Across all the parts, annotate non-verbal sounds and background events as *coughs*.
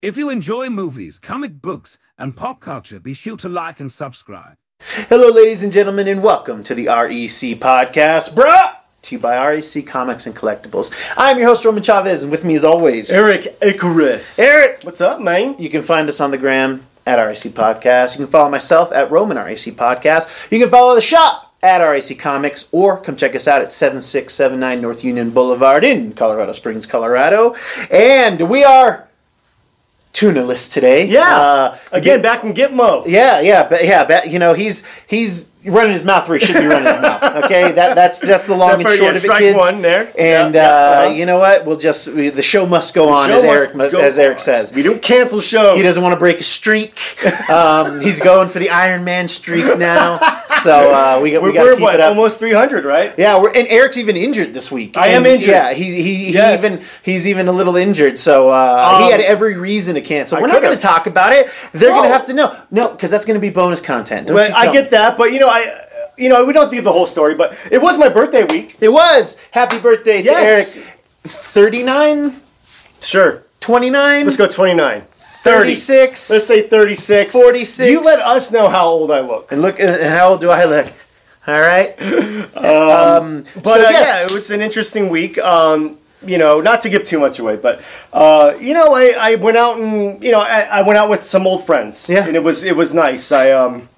If you enjoy movies, comic books, and pop culture, be sure to like and subscribe. Hello, ladies and gentlemen, and welcome to the REC podcast, brought to you by REC Comics and Collectibles. I'm your host, Roman Chavez, and with me, as always, Eric Icarus. Eric. What's up, man? You can find us on the gram at REC Podcast. You can follow myself at Roman REC Podcast. You can follow the shop at REC Comics, or come check us out at 7679 North Union Boulevard in Colorado Springs, Colorado. And we are tuna list today. Yeah. Uh, Again, back in Gitmo. Yeah, yeah, but yeah, but, you know he's he's running his mouth where he should be running his mouth. Okay, that that's that's the long and Definitely, short yeah, of it, strike kids. one there. And Yeah, uh, yeah, yeah. you know what? We'll just we, the show must go on, Show as must Eric mu- go as Eric on. says. We don't cancel shows. He doesn't want to break a *laughs* streak. Um, he's going for the Iron Man streak now. So uh, we got We're, we got to we're keep what? it up. Almost 300, right? Yeah, we're, and Eric's even injured this week. I am And, injured. Yeah, he, he, he Yes. even he's even a little injured, so uh, he Um, had every reason to cancel. I We're not going to could've- talk about it. They're going No. to have to know. No, because that's going to be bonus content. Don't But you I tell get me. that, but you know, I. You know, we don't need the whole story, but it was my birthday week. It was happy birthday to Yes. Eric. 39, Sure. 29, Let's go 29. 30. 36. Let's say 36. 46. You let us know how old I look. and look. And how old do I look? All *laughs* right. Um, But So, uh, yes. yeah, it was an interesting week. Um, you know, not to give too much away, but uh, you know, I, I went out and you know, I, I went out with some old friends. Yeah. And it was it was nice. I um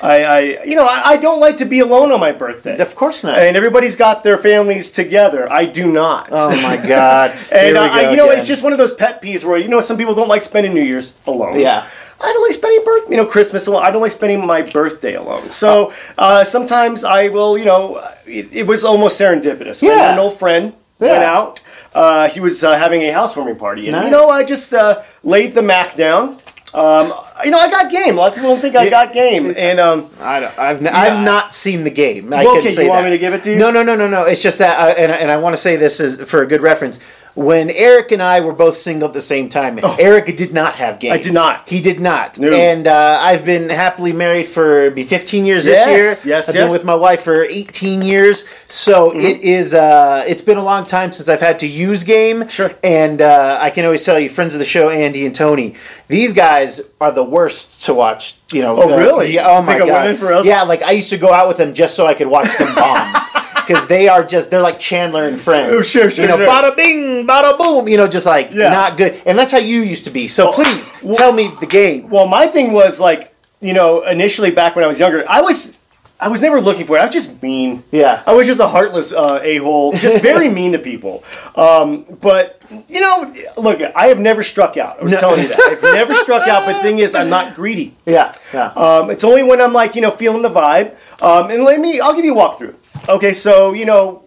I, I you know, I, I don't like to be alone on my birthday. Of course not. And everybody's got their families together. I do not. oh my god. Here *laughs* And we uh, I, go you know, again. it's just one of those pet peeves where you know some people don't like spending New Year's alone. Yeah. I don't like spending birth, you know, Christmas alone. I don't like spending my birthday alone. So uh, sometimes I will, you know, it, it was almost serendipitous. When Yeah. an old friend Yeah. went out. Uh, he was uh, having a housewarming party, and Nice. you know, I just uh, laid the mac down. Um, you know, I got game. A lot of people don't think I got game, and um, I don't. I've, n- I've not seen the game. I Well, can okay, say you want that. me to give it to you? No, no, no, no, no. It's just that, uh, and, and I want to say this is for a good reference. When Eric and I were both single at the same time, Eric did not have game. Oh. I did not. He did not. No. And uh, I've been happily married for it'd be 15 years Yes, this year. I've yes, been yes. Mm-hmm. with my wife for 18 years, so it is. Uh, it's been a long time since I've had to use game. Sure. And uh, I can always tell you, friends of the show, Andy and Tony, these guys are the worst to watch. You know. Oh, uh, really? Yeah. Oh You my think of god. women for us? Yeah, like I used to go out with them just so I could watch them *laughs* bomb. Because they are just, they're like Chandler and Friends. Oh, sure, sure, You know, sure. bada bing, bada boom, you know, just like Yeah. Oh, not good. And that's how you used to be. So please tell me the game. Well, my thing was like, you know, initially back when I was younger, I was I was never looking for it. I was just mean. Yeah. I was just a heartless uh, a hole, just *laughs* very mean to people. Um, but you know, look, I have never struck out. I was No. telling you that I've never struck out. But thing is, I'm not greedy. Yeah, yeah. Um, it's only when I'm like, you know, feeling the vibe. Um, and let me, I'll give you a walkthrough. Okay, so you know,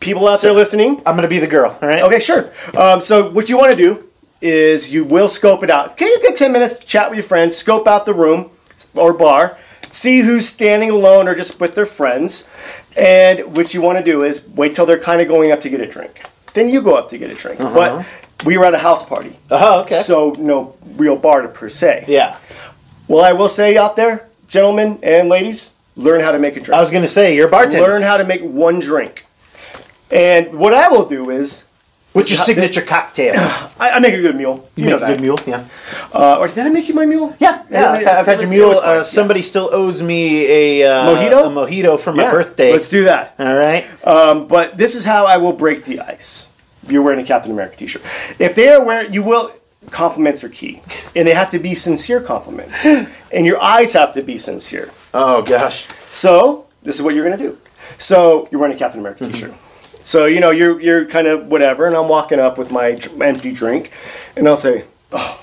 people out there listening, I'm going to be the girl, all right? Okay, sure. Um, so what you want to do is you will scope it out. Can you get ten minutes to chat with your friends, scope out the room or bar, see who's standing alone or just with their friends, and what you want to do is wait till they're kind of going up to get a drink. Then you go up to get a drink. But we were at a house party, uh, Oh, Uh-huh. okay. so no real bar to per se. yeah. Well, I will say out there, gentlemen and ladies, learn how to make a drink I was going to say, you're a bartender. learn how to make one drink. And what I will do is, What's your Which- signature cocktail? I, I make a good mule. *coughs* You, Make a know that. good mule, yeah. Uh, or did I make you my mule? Yeah, yeah. I I've, mean, I've had it your was- mule. it was fun. Uh, somebody still owes me a uh, Mojito? a mojito for my Yeah. birthday. Let's do that. All right. Um, but this is how I will break the ice. You're wearing a Captain America T-shirt. If they are wearing, you will. Compliments are key, and they have to be sincere *laughs* compliments, and your eyes have to be sincere. Oh gosh. So this is what you're gonna do. So you're wearing a Captain America Mm-hmm. T-shirt. So you know you're you're kind of whatever, and I'm walking up with my dr- empty drink, and I'll say, "Oh,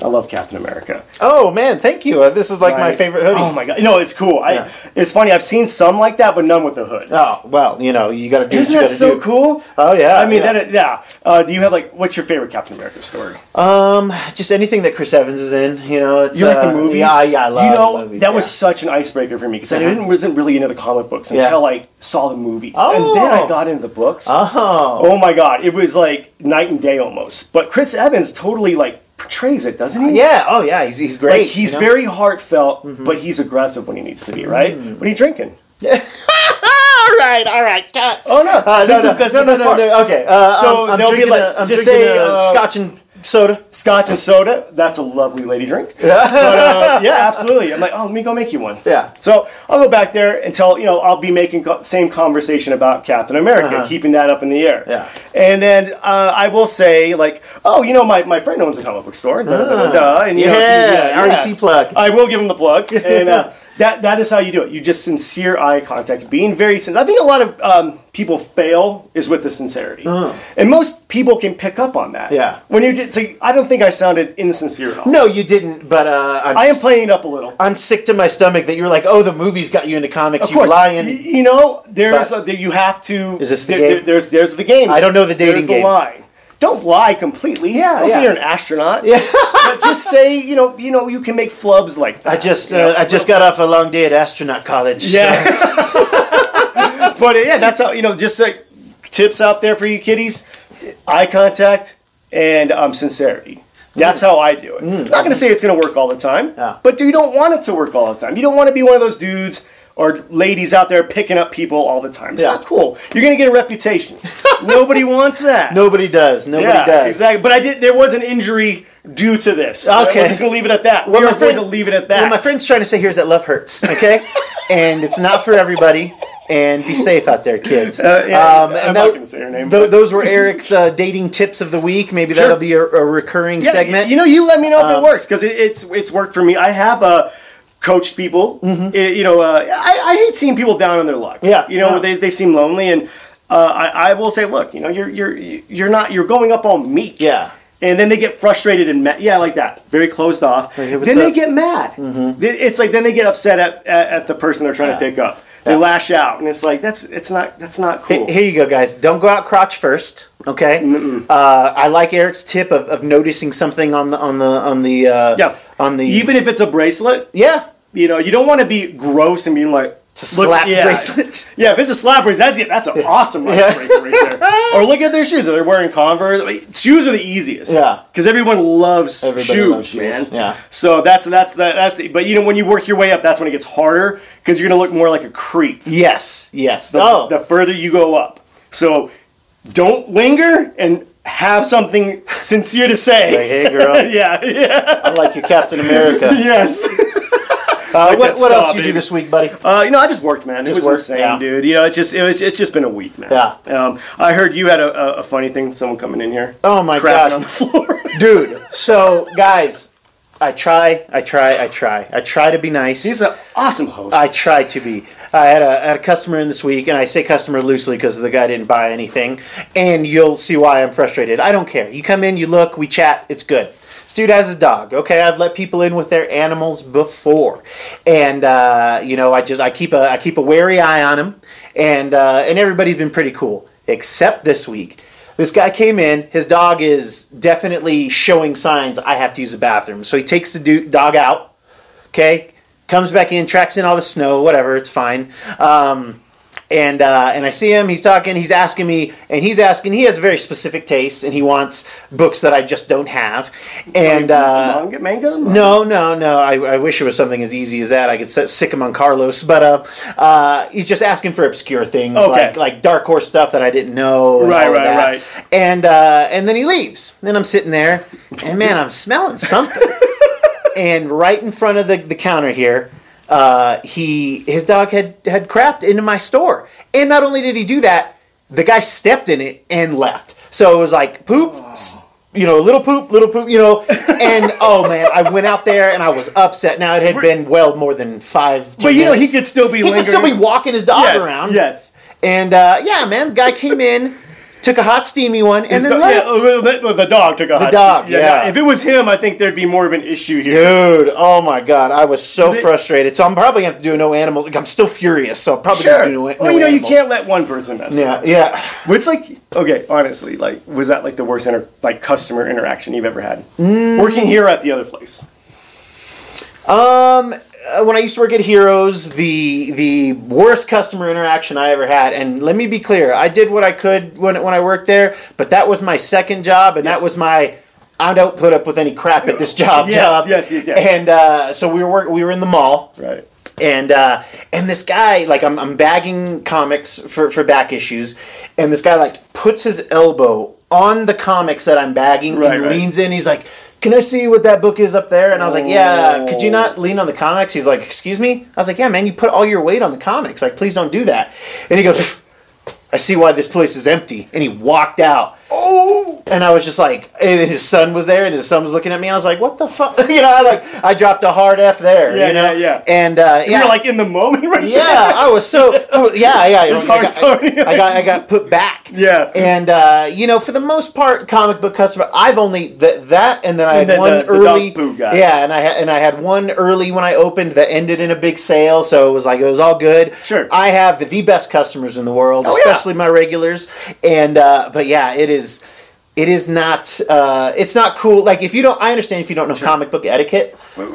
I love Captain America." Oh man, thank you. Uh, this is like my Right? favorite hoodie. Oh my god! No, it's cool. Yeah. I it's funny. I've seen some like that, but none with a hood. Oh well, you know you got to do. Isn't what you that gotta so do. cool? Oh yeah. I mean, yeah. that yeah. Uh, do you have like what's your favorite Captain America story? *sighs* Uh, just anything that Chris Evans is in. You know, it's Do you like uh, the movies? Yeah, yeah, I love. You the know, movies, that yeah. was such an icebreaker for me because Uh-huh. I didn't, wasn't really into the comic books Yeah. until I saw the movies, and then Oh. I got into the books. Oh. Oh my god, it was like night and day almost. But Chris Evans totally like portrays it, doesn't he? Yeah. Oh yeah. He's he's great. Like he's you know? Mm-hmm. very heartfelt, but he's aggressive when he needs to be, right? Mm. When he's drinking. *laughs* all right. All right. cut. Oh no, Uh, no, that's no, the- that's no, not the no, part. no, Okay. Uh, So I'm, I'm they'll be drinking. like- a, I'm just drinking say, a uh, scotch and soda. Scotch and soda. That's a lovely lady *laughs* drink. but, uh, yeah, absolutely. I'm like, oh, let me go make you one. Yeah. So I'll go back there until you know I'll be making co- same conversation about Captain America, keeping that up in the air. Uh-huh. Yeah. And then uh, I will say like, oh, you know, my, my friend owns a comic book store. Da, da, da, da, da, and you know, Ah. Yeah, REC plug. I will give him the *laughs* plug. And uh, that that is how you do it. You just sincere eye contact, being very sincere. I think a lot of um, people fail is with the sincerity, and most people can pick up on that. Uh-huh. Yeah. When you did, see, I don't think I sounded insincere at all. No, you didn't. But uh, I'm I am s- playing it up a little. I'm sick to my stomach that you were like, oh, the movies got you into comics. You Y- lying. You know, there's But- a, you have to. Is this the there- game? there- There's there's the game. I don't know the dating there's game. The line. Don't lie completely. Yeah, Don't say yeah. you're an astronaut. Yeah. but just say you know you know you can make flubs like that. I just you know? uh, I just got off a long day at astronaut college. so- Yeah. *laughs* but uh, yeah, that's how you know. Just like tips out there for you kiddies: eye contact and um, sincerity. That's how I do it. I'm not going to say it's going to work all the time, Hmm. Yeah. but you don't want it to work all the time. You don't want to be one of those dudes or ladies out there picking up people all the time. It's Yeah. not cool. You're going to get a *laughs* reputation. Nobody wants that. Nobody does. Nobody yeah, does. exactly. But I did. There was an injury due to this. Okay. we're just going to leave it at that. Well, we're my going friend- to leave it at that. What my friend's trying to say here is that love hurts, *laughs* okay? and it's not for everybody. And be safe out there, kids. Um, Uh, yeah, and I'm not gonna say her name, tho- but- those were Eric's uh, dating tips of the week. Maybe that'll be a, a recurring Yeah, segment. Um, You know, you let me know if it works because it, it's it's worked for me. I have uh, coached people. It- you know, uh, I, I hate seeing people down on their luck. Mm-hmm. Yeah, you know, yeah. they, they seem lonely, and uh, I, I will say, look, you know, you're you're you're not you're going up on me. Yeah. And then they get frustrated and mad. Yeah, like that. Very closed off. Like, hey, what's then they up? Mm-hmm. get mad. Th- It's like then they get upset at, at, at the person they're trying to Yeah. pick up. They Yeah. lash out, and it's like that's it's not that's not cool. H- Here you go, guys. Don't go out crotch first, okay? Uh, I like Eric's tip of, of noticing something on the on the on the uh, yeah. on the even if it's a bracelet, yeah. You know, you don't want to be gross and being like It's a slap bracelet. *laughs* *laughs* Yeah, if it's a slap bracelet, that's it. That's an awesome ice breaker right *laughs* there. Or look at their shoes. They're wearing Converse. Like, shoes are the easiest. Yeah. because everyone loves Everybody shoes, loves shoes. man. Yeah. So that's that's that, that's. But you know, when you work your way up, that's when it gets harder because you're gonna look more like a creep. Yes, yes. The, oh, the further you go up, so don't linger and have something sincere to Like, say. hey girl, *laughs* yeah, yeah, I like your Captain *laughs* America. yes. Uh, what that what else stop, you do baby. this week, buddy? Uh, you know, I just worked, man. Just it was worked, insane, yeah. dude. You know, it's just it was, it's just been a week, man. Yeah. Um, I heard you had a, a, a funny thing. Someone coming in here. Oh my crapping gosh. on the floor. *laughs* dude. So guys, I try, I try, I try, I try to be nice. He's an awesome host. I try to be. I had a, I had a customer in this week, and I say customer loosely because the guy didn't buy anything. And you'll see why I'm frustrated. I don't care. You come in, you look, we chat. It's good. This dude has his dog. Okay, I've let people in with their animals before, and uh, you know I just I keep a I keep a wary eye on him, and uh, and everybody's been pretty cool except this week. This guy came in. His dog is definitely showing signs. I have to use the bathroom. So he takes the du- dog out okay comes back in tracks in all the snow whatever it's fine um, and uh, and i see him he's talking he's asking me and he's asking he has very specific tastes and he wants books that i just don't have and uh, manga, manga, no, no, no. I, I wish it was something as easy as that. I could set, sick him on Carlos, but uh, uh, he's just asking for obscure things Okay. like like dark horse stuff that I didn't know. and Right, all of right, that. right. And uh, and then he leaves. Then I'm sitting there, and man, I'm smelling *laughs* something. and right in front of the, the counter here, uh, he his dog had had crapped into my store. And not only did he do that, the guy stepped in it and left. So it was like poop, s- you know, little poop, little poop, you *laughs* know. And oh man, I went out there and I was upset. Now it had been well more than five. ten But you know, he minutes. could still be he could still be lingering. walking his dog yes, around. Yes. And uh, yeah, man, the guy came in, took a hot steamy one, and His then do- left. yeah, oh, well, the, well, the dog took a the dog, yeah. If it was him, I think there'd be more of an issue here. Dude, oh my god, I was so They- frustrated. So I'm probably gonna have to do no animals. Like, I'm still furious, so I'm probably gonna Sure. do no, no well, you know, animals. you can't let one person mess. up. Yeah, yeah. It's like okay, honestly, like was that like the worst inter- like customer interaction you've ever had? Mm. Working here at the other place. Uh, When I used to work at Heroes, the the worst customer interaction I ever had, and let me be clear, I did what I could when when I worked there, but that was my second job, and Yes. that was my I don't put up with any crap at this job. Yes, job. yes, yes, yes. And uh, so we were work- we were in the mall, Right. and uh, and this guy like I'm, I'm bagging comics for, for back issues and this guy like puts his elbow on the comics that I'm bagging Right, and right. leans in. He's like, "Can I see what that book is up there?" And I was like, "Yeah, could you not lean on the comics?" He's like, "Excuse me?" I was like, "Yeah, man, you put all your weight on the comics. Like, please don't do that." And he goes, "I see why this place is empty." And he walked out. Oh, And I was just like, and his son was there, and his son was looking at me. I was like, "What the fuck?" *laughs* You know, I like, I dropped a hard F there. Yeah, you know? yeah, yeah. And uh, yeah, you're like *laughs* in the moment right yeah, I was so. I was- yeah, yeah. was I, hard, got, sorry. I, I got I got put back. *laughs* Yeah. And uh, you know, for the most part, comic book customer, I've only that that, and then I had And then one the- the early. dog poo guy. Yeah, and I had and I had one early when I opened that ended in a big sale, so it was like it was all good. Sure. Oh, I have the best customers in the world, yeah. especially my regulars, and uh, but yeah, it is. It is not. Uh, it's not cool. Like if you don't, I understand if you don't know comic book etiquette.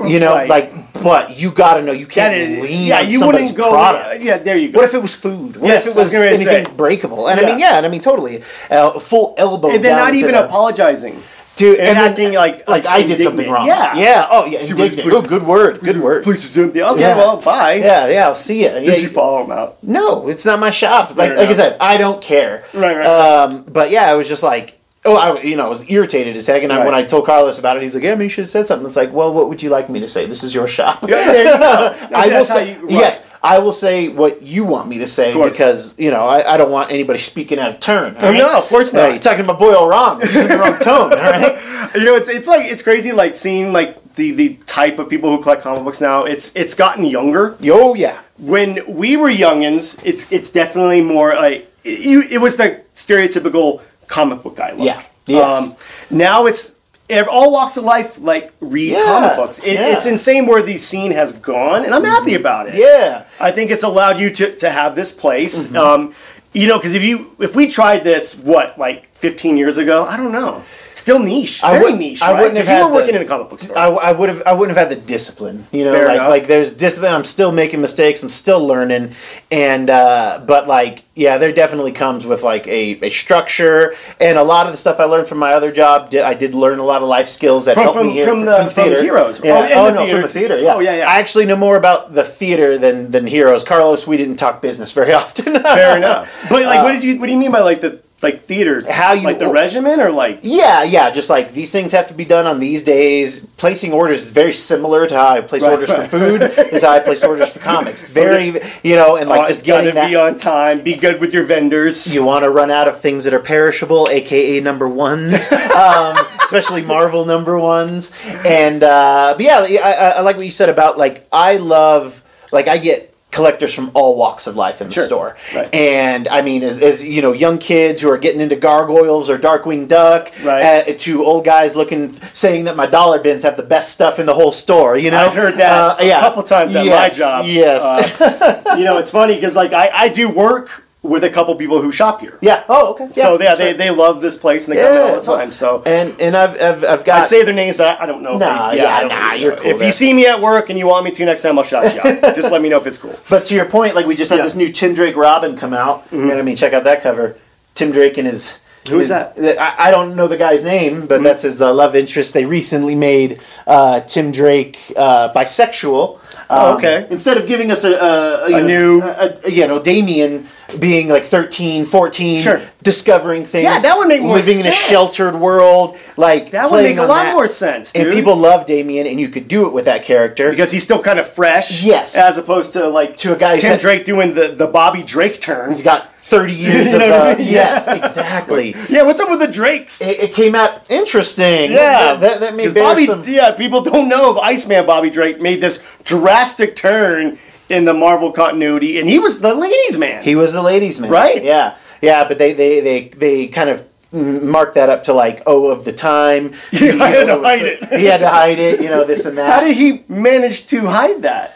You know, Right. like, but you gotta know. You That can't is, lean yeah, on you somebody's wouldn't go. product. Yeah, there you go. What if it was food? What Yes, if it I was was gonna anything say. breakable? And I Yeah. mean, yeah, and I mean, totally. Uh, full elbow. and then down not into even the, apologizing. dude, and acting like- like I did something indignant. wrong. Yeah. yeah. Oh, yeah. See, please, Indignant. please. Oh, good word. Good word. Please assume the okay. Yeah. Well, bye. Yeah, yeah. I'll see you. Did you follow him out? No, it's not my shop. Like, Fair like I enough. said, I don't care. Right, right. Um, but yeah, I was just like, oh, I, you know, I was irritated as heck. And I, when Right. I told Carlos about it, he's like, yeah, I mean, you should have said something. It's like, well, what would you like me to say? This is your shop. Yeah, there you *laughs* go. I will That's how say you- right. yes. I will say what you want me to say course. because you know I, I don't want anybody speaking out of turn. all Oh, right? no, of course Yeah, not. you're talking to my boy all wrong. You're in the wrong tone. All right. *laughs* You know, it's it's like it's crazy. Like seeing like the the type of people who collect comic books now. It's it's gotten younger. Yo, yeah. When we were youngins, it's it's definitely more like you. It was the stereotypical comic book guy. Look. Um, Yeah. Yes. now it's ev- all walks of life like read Yeah. comic books. It, Yeah. Mm-hmm. It's insane where the scene has gone, and I'm happy about it. Yeah. Mm-hmm. I think it's allowed you to, to have this place. Um, you know, because if you if we tried this, what like 15 years ago, I don't know, still niche, I very wouldn't- niche. I right? wouldn't have 'Cause you had were working the- in a comic book store. I, I would have I wouldn't have had the discipline, you know. Fair like enough. like there's discipline. I'm still making mistakes. I'm still learning, and uh, but like yeah, there definitely comes with like a, a structure and a lot of the stuff I learned from my other job. Did I did learn a lot of life skills that From- helped from- me here from the- from theater. Heroes, right? Yeah. Oh, and Oh, the no, theater from the too. theater. Yeah. Oh, yeah, yeah. I actually know more about the theater than than heroes. Carlos, we didn't talk business very *laughs* often. Fair enough. *laughs* But like, what did you what do you mean by like the like theater? Uh, How you- like the regimen or like Yeah, yeah, just like these things have to be done on these days. Placing orders is very similar to how I place Right, *laughs* orders for right. food is how I place orders for comics. It's Very, you know, and like oh, it's just gotta getting be that. on time, be good with your vendors. You want to run out of things that are perishable, aka number *laughs* ones, um, especially Marvel number ones. And uh, but yeah, I, I, I like what you said about like I love like I get collectors from all walks of life in the Sure. store, Right. and I mean as, as you know, young kids who are getting into gargoyles or Darkwing Duck, Right. uh, to old guys looking saying that my dollar bins have the best stuff in the whole store. You know, I've heard that Uh, a couple times at my Yes, job. Yes. Uh, you know, it's funny because like I, I do work with a couple people who shop here. *laughs* yeah. Oh, okay. Yeah, so yeah, that's they, right. they love this place and they come Yeah, all the well, time. So and and I've I've, I've got I'd say their names, but I don't know. if Nah, they- yeah, I don't nah, really you're know. cool If there. you see me at work and you want me to next time, I'll shout you *laughs* out. Just let me know if it's cool. But to your point, like we just had Yeah. Mm-hmm. this new Tim Drake Robin come out, and I mean, check out that cover. Tim Drake and his. Who is his- that? Mm-hmm. th- I, I don't know the guy's name, but that's his uh, love interest. They recently made uh, Tim Drake uh, bisexual. Oh, Um, okay. Instead of giving us a, uh, a, A you know, uh, new- a, a- you know, Damien being like 13, 14, Sure. discovering things. Yeah, that would make more Living in a sense. sheltered world. like That would playing make a on lot that. more sense, dude. And people love Damien, and you could do it with that character. because he's still kind of fresh. Yes. as opposed to like To a guy who's Tim had- Drake doing the, the Bobby Drake turn. He's got 30 years *laughs* You of. know what I Uh, mean? Yes, *laughs* exactly. It, Yeah, what's up with the Drakes? it came out interesting. yeah, That, that, that may 'Cause bear Bobby, some. Yeah, people don't know. but Iceman Bobby Drake made this drastic turn in the Marvel continuity, and he was the ladies' man. He was the ladies' man. Right. Yeah. Yeah, but they, they, they, they kind of marked that up to like, oh, of the *laughs* time. Oh, Yeah, I had to it was- hide it. He had to hide it, you know, this *laughs* and that. How did he manage to hide that?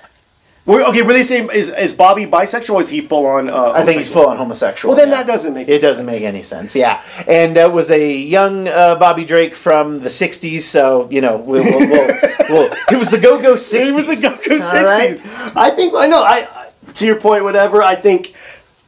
Were, okay, were they saying is, is Bobby bisexual? Or is he full on? Uh, I think he's full on homosexual. Well, then yeah. that doesn't make It any doesn't sense. make any sense, yeah. And that was a young uh, Bobby Drake from the '60s, so you know, we'll, we'll, we'll, we'll, it was the *laughs* go-go '60s. It was the Goku All right? sixties. I think I know. I, I to your point, whatever. I think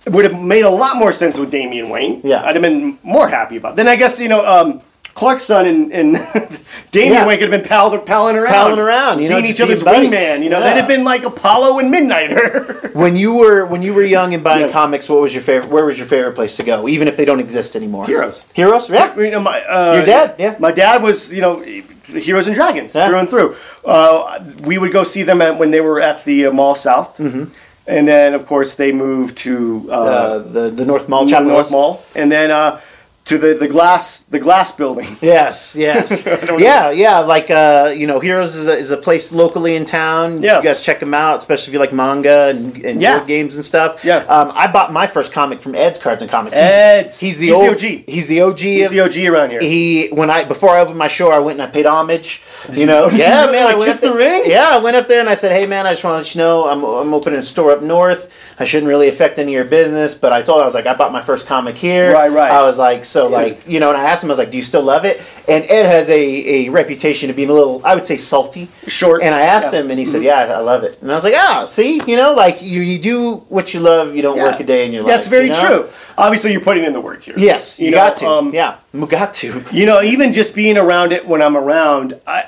it would have made a lot more sense with Damian Wayne. Yeah. I'd have been more happy about. It. Then I guess you know. Um, Clark's son and, and *laughs* Damien Yeah. Wayne could have been pal- palling around. Palling around, you know, being just each other's being buddies. wingman. You know, Yeah. they'd have been like Apollo and Midnighter. *laughs* When you were when you were young and buying Yes. comics, what was your favorite? Where was your favorite place to go, even if they don't exist anymore? Heroes. Heroes. I Yeah. mean, uh, my, uh, Your dad, yeah. My dad was, you know, Heroes and Dragons Yeah. through and through. Uh, we would go see them at, when they were at the uh, Mall South, mm-hmm. and then of course they moved to uh, Uh, the the North Mall. Chapel Chapel North Hills. Mall, and then uh, to the, the glass the glass *laughs* building. Yes, *laughs* yes, yeah, yeah. Like uh, you know, Heroes is a, is a place locally in town. Yeah. you guys check them out, especially if you like manga and, and Yeah. board games and stuff. Yeah. um, I bought my first comic from Ed's Cards and Comics. Ed's. he's the He's the old, OG. He's the OG. He's of, the OG around here. he when I before I opened my show, I went and I paid homage. You *laughs* know, you yeah, really man. I like went kiss up there- the ring? Yeah, I went up there and I said, hey, man, I just want to let you know I'm, I'm opening a store up north. I shouldn't really affect any of your business, but I told him I was like, I bought my first comic here. Right, right. I was like, so like you know, and I asked him, I was like, do you still love it? And Ed has a a reputation of being a little, I would say, salty. Short. And I asked Yeah. Mm-hmm. him, and he said, yeah, I love it. And I was like, ah, see, you know, like you you do what you love. You don't Yeah. work a day in your That's life. very you know? true. Obviously, you're putting in the work here. Yes, you, know, got to. um, yeah, Mugatu. *laughs* You know, even just being around it when I'm around, I,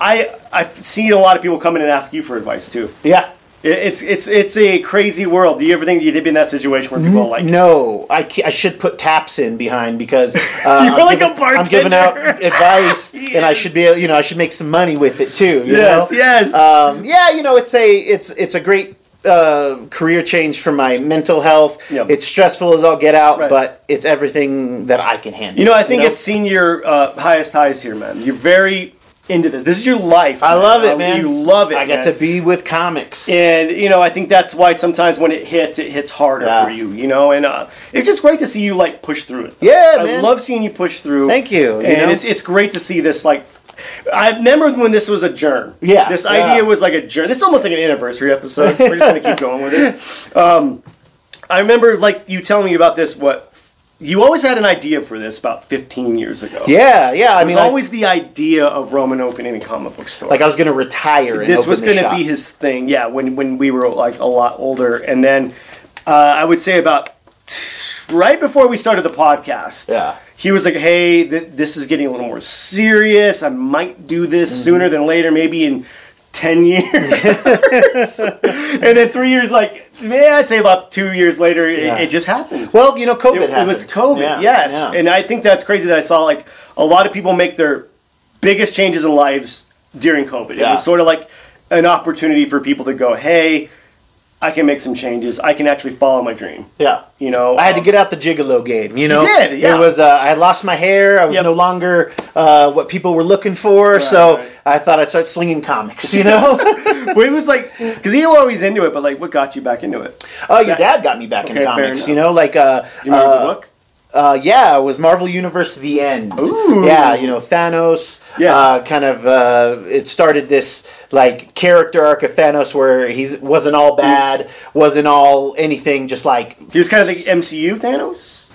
I, I've seen a lot of people come in and ask you for advice too. Yeah. It, it's it's it's a crazy world. Do you ever think you'd be in that situation where people are like, No, I, ca- I should put taps in behind because *laughs* uh, I'm, like giving, a bartender. I'm giving out *laughs* advice, and I Yes. should be you know I should make some money with it too. you yes, know? yes, Um, yeah, you know it's a it's it's a great uh, career change for my mental health. Yeah. It's stressful as all get out, Right. but it's everything that I can handle. You know, I think it's seen your uh, highest highs here, man. You're very into this. This is your life. I love it, Uh, man. You love it. I man. get to be with comics. And you know, I think that's why sometimes when it hits, it hits harder Yeah. for you. You know, and uh, it's just great to see you like push through it. Yeah, I man. love seeing you push through. Thank you, you and know? it's it's great to see this like. I remember when this was a germ. Yeah, This yeah. idea was like a germ. This is almost like an anniversary episode. We're just gonna keep going with it. Um, I remember like you telling me about this. What you always had an idea for this about 15 years ago. Yeah, yeah. I It was mean, like- always the idea of Roman opening a comic book store. like, I was going to retire. And this open was the going to shop. be his thing. Yeah, when when we were like a lot older, and then uh, I would say about t- right before we started the podcast, Yeah. he was like, "Hey, th- this is getting a little more serious. I might do this Mm-hmm. sooner than later, maybe in." 10 *laughs* *laughs* years and then three years like yeah i'd say about two years later it, Yeah. it just happened Well, you know, COVID it, happened. it was COVID. yes, yeah. and I think that's crazy that I saw like a lot of people make their biggest changes in lives during COVID. It Yeah. was sort of like an opportunity for people to go, "Hey, I can make some changes. I can actually follow my dream." yeah. You know, Um, I had to get out the gigolo game, you know. did, yeah. It was uh, I had lost my hair. I was Yep. no longer uh, what people were looking for, so right. I thought I'd start slinging comics, you *laughs* know. *laughs* But it was like because you were always into it, but like, what got you back into it? Oh, your dad got me back in Okay, fair comics, enough. you know, like uh, Do you remember uh, the book? Uh, yeah, it was Marvel Universe The End. Ooh. Yeah, you know, Thanos. Yes. Uh, kind of, uh, it started this, like, character arc of Thanos where he wasn't all bad, wasn't all anything, just like He was kind of the MCU Thanos.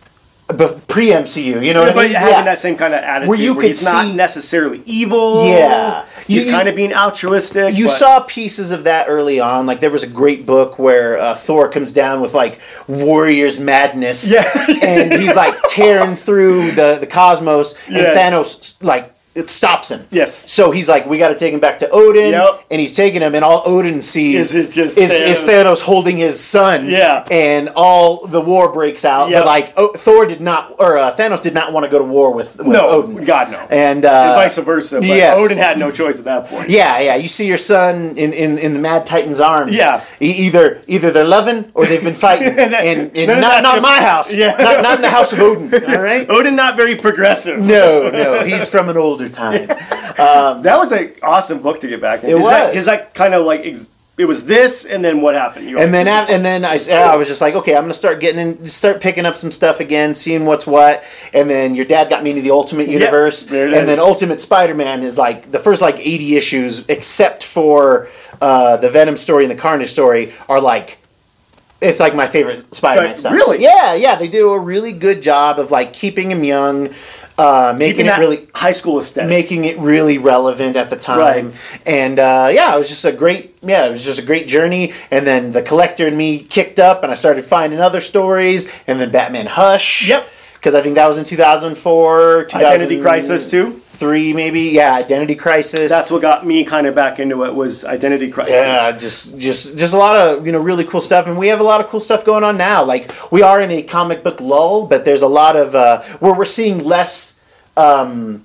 pre MCU, you know what I but mean? having Yeah. that same kind of attitude, Where where, you could he's not see- necessarily evil. Yeah. You- he's you- kind of being altruistic. You but- saw pieces of that early on. Like there was a great book where uh, Thor comes down with like warrior's madness, Yeah. *laughs* and he's like tearing through the the cosmos, Yes. and Thanos like it stops him. Yes. So he's like, we got to take him back to Odin, Yep. and he's taking him, and all Odin sees Is it just is, is Thanos? Thanos holding his son. Yeah. And all the war breaks out, Yep. but like oh, Thor did not, or uh, Thanos did not want to go to war with, with No, Odin. God, no. And, uh, and vice versa. But yes. Odin had no choice at that point. Yeah, yeah. You see your son in, in, in the Mad Titan's arms. Yeah. E- either either they're loving or they've been fighting, and, and, none not of that's not good. in my house. Yeah. Not, not in the house of Odin. All right. Odin not very progressive. No, no. He's from an older time. That was an awesome book to get back in. It Is That, was. is that kind of like ex- it was this, and then what happened? You And then af- and then I s- I was just like, okay, I'm gonna start getting in, start picking up some stuff again, seeing what's what. And then your dad got me into the Ultimate Universe, there it and then is. Ultimate Spider-Man is like the first like 80 issues, except for uh, the Venom story and the Carnage story, are like. It's like my favorite Spider-Man Spi- stuff. really? Yeah, yeah. They do a really good job of like keeping him young, uh, making keeping it that really really high school aesthetic. making it really relevant at the time. Right. And uh, yeah, it was just a great yeah, it was just a great journey. And then the collector and me kicked up, and I started finding other stories, and then Batman Hush. Yep. because I think that was in 2004, 2000, Identity Crisis too. three maybe. Yeah, Identity Crisis. That's what got me kind of back into it was Identity Crisis. Yeah, just just just a lot of you know really cool stuff, and we have a lot of cool stuff going on now. Like we are in a comic book lull, but there's a lot of uh, where we're seeing less. Um,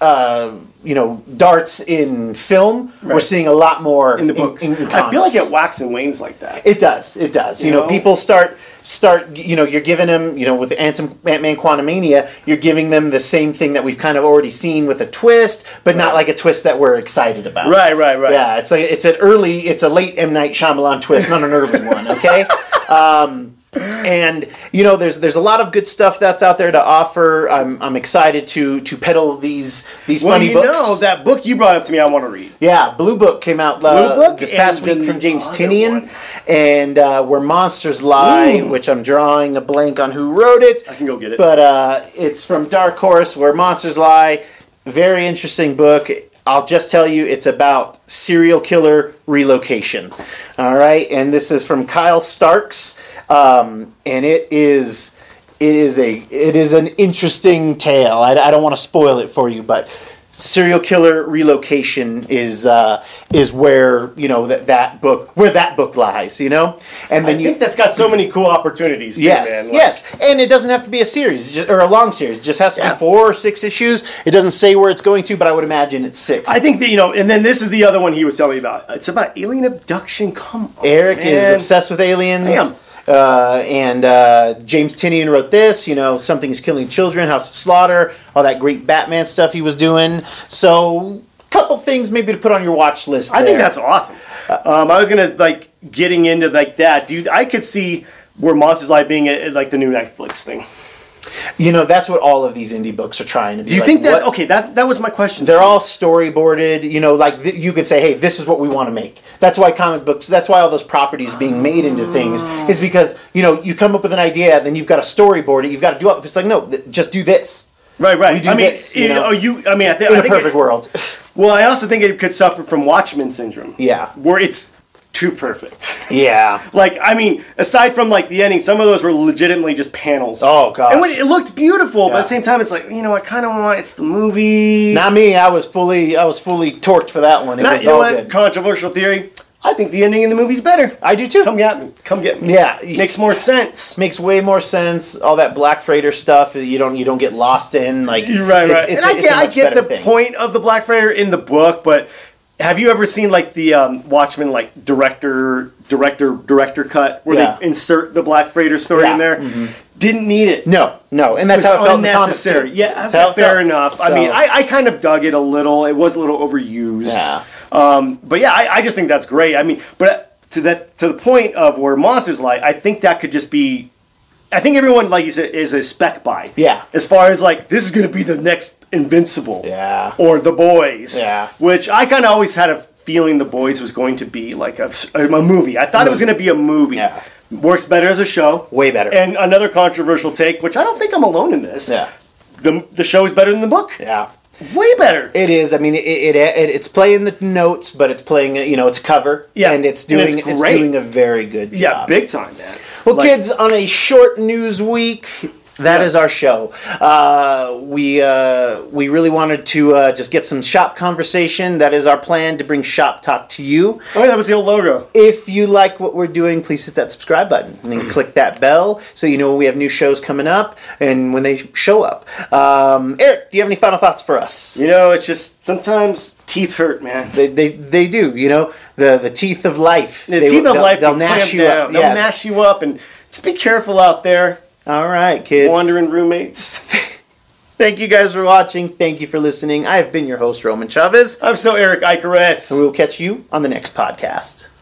uh, you know, darts in film. We're Right. seeing a lot more in the books. in I feel like comics. it wax and wanes like that. It does. It does. You, You know, know? people start start. You know, you're giving them. You know, with Ant Man Quantumania, you're giving them the same thing that we've kind of already seen with a twist, but not like a twist that we're excited about. Right, right, right. Yeah, it's like it's an early, it's a late M Night Shyamalan twist, not an *laughs* early one. Okay. Um, and you know, there's there's a lot of good stuff that's out there to offer. I'm, I'm excited to to peddle these these Well, funny you books. know that book you brought up to me, I want to read. Yeah, Blue Book came out uh, Blue Book this past and week from the James other Tinian, one. and uh, where monsters lie, which I'm drawing a blank on who wrote it. I can go get it. But uh, it's from Dark Horse, where monsters lie. Very interesting book. I'll just tell you, it's about serial killer relocation. All right, and this is from Kyle Starks, um, and it is. It is a it is an interesting tale. I, I don't want to spoil it for you, but serial killer relocation is uh, is where you know that that book where that book lies. You know, and then I you think that's got so many cool opportunities. Too, Yes, man. Like, yes, and it doesn't have to be a series ju- or a long series. It just has to Yeah. be four or six issues. It doesn't say where it's going to, but I would imagine it's six. I think that you know, and then this is the other one he was telling me about. It's about alien abduction. Come on, Eric is man. obsessed with aliens. Damn. Uh, and uh, James Tinian wrote this, you know, something is killing children, House of Slaughter, all that great Batman stuff he was doing. So, couple things maybe to put on your watch list. I there. think that's awesome. Um, I was gonna like getting into like that, dude. I could see where Monsters Lie being a, like the new Netflix thing. you know that's what all of these indie books are trying to be. Do you like, think that? what- Okay, that that was my question. They're all storyboarded, you know, like th- you could say, hey, this is what we want to make. That's why comic books, that's why all those properties being made into things Oh. is because, you know, you come up with an idea, then you've got to storyboard it, you've got to do all It's like, no, th- just do this right, right. we do I mean, this, you it- know? oh, you. I mean, I, thi- in I a think. perfect it- world. *laughs* Well, I also think it could suffer from Watchmen syndrome. Yeah. where it's too perfect. *laughs* yeah. Like, I mean, aside from like the ending, some of those were legitimately just panels. Oh, gosh. And when, it looked beautiful, but Yeah. at the same time, it's like you know, I kind of want it's the movie. Not me, I was fully I was fully torqued for that one. It Not- was you know all what? good. Controversial theory. I think the ending in the movie's better. I do too. Come get me. Come get me. Yeah. makes more sense. makes way more sense. All that Black Freighter stuff you don't you don't get lost in like You're *laughs* right, it's- right. it's and I a- it's get, a I much get better the thing. point of the Black Freighter in the book, but have you ever seen like the um, Watchmen like director director director cut where Yeah. they insert the Black Freighter story Yeah. Mm-hmm. in there? Didn't need it. No, no, and that's It how was it felt. in the comics, too. unnecessary. yeah, That's how it fair felt. enough. I So- mean, I, I kind of dug it a little. It was a little overused. Yeah. Um, but yeah, I, I just think that's great. I mean, but uh, to that to the point of where monsters lie, I think that could just be. I think everyone, like you said, is a spec buy. Yeah. As far as like this is going to be the next Invincible. Yeah. Or the boys. Yeah. Which I kind of always had a feeling the boys was going to be like a, s- a movie. I thought it was going to be a movie. Mm. Yeah. Works better as a show. Way better. And another controversial take, which I don't think I'm alone in this. Yeah. The, the show is better than the book. Yeah, Way better. it is. I mean, it, it, it it's playing the notes, but it's playing you know it's cover. Yeah, and it's and doing it's it's, great. doing a very good job. yeah, big time, man. Well, Like, kids, on a short news week, that is Yeah. our show. Uh, we uh, we really wanted to uh, just get some shop conversation. That is our plan to bring shop talk to you. Oh, yeah, that was the old logo. If you like what we're doing, please hit that subscribe button and then click that bell so you know when we have new shows coming up and when they show up. Um, Eric, do you have any final thoughts for us? You know, it's just sometimes teeth hurt, man. They, they, they do, you know, the, the teeth of life. The They- teeth of they'll- life They'll be gnash clamped you down. up. They'll yeah. gnash you up, and just be careful out there, All right, kids. wandering roommates. Thank you guys for watching. Thank you for listening. I have been your host, Roman Chavez. *laughs* I'm still Eric Icarus. We will catch you on the next podcast.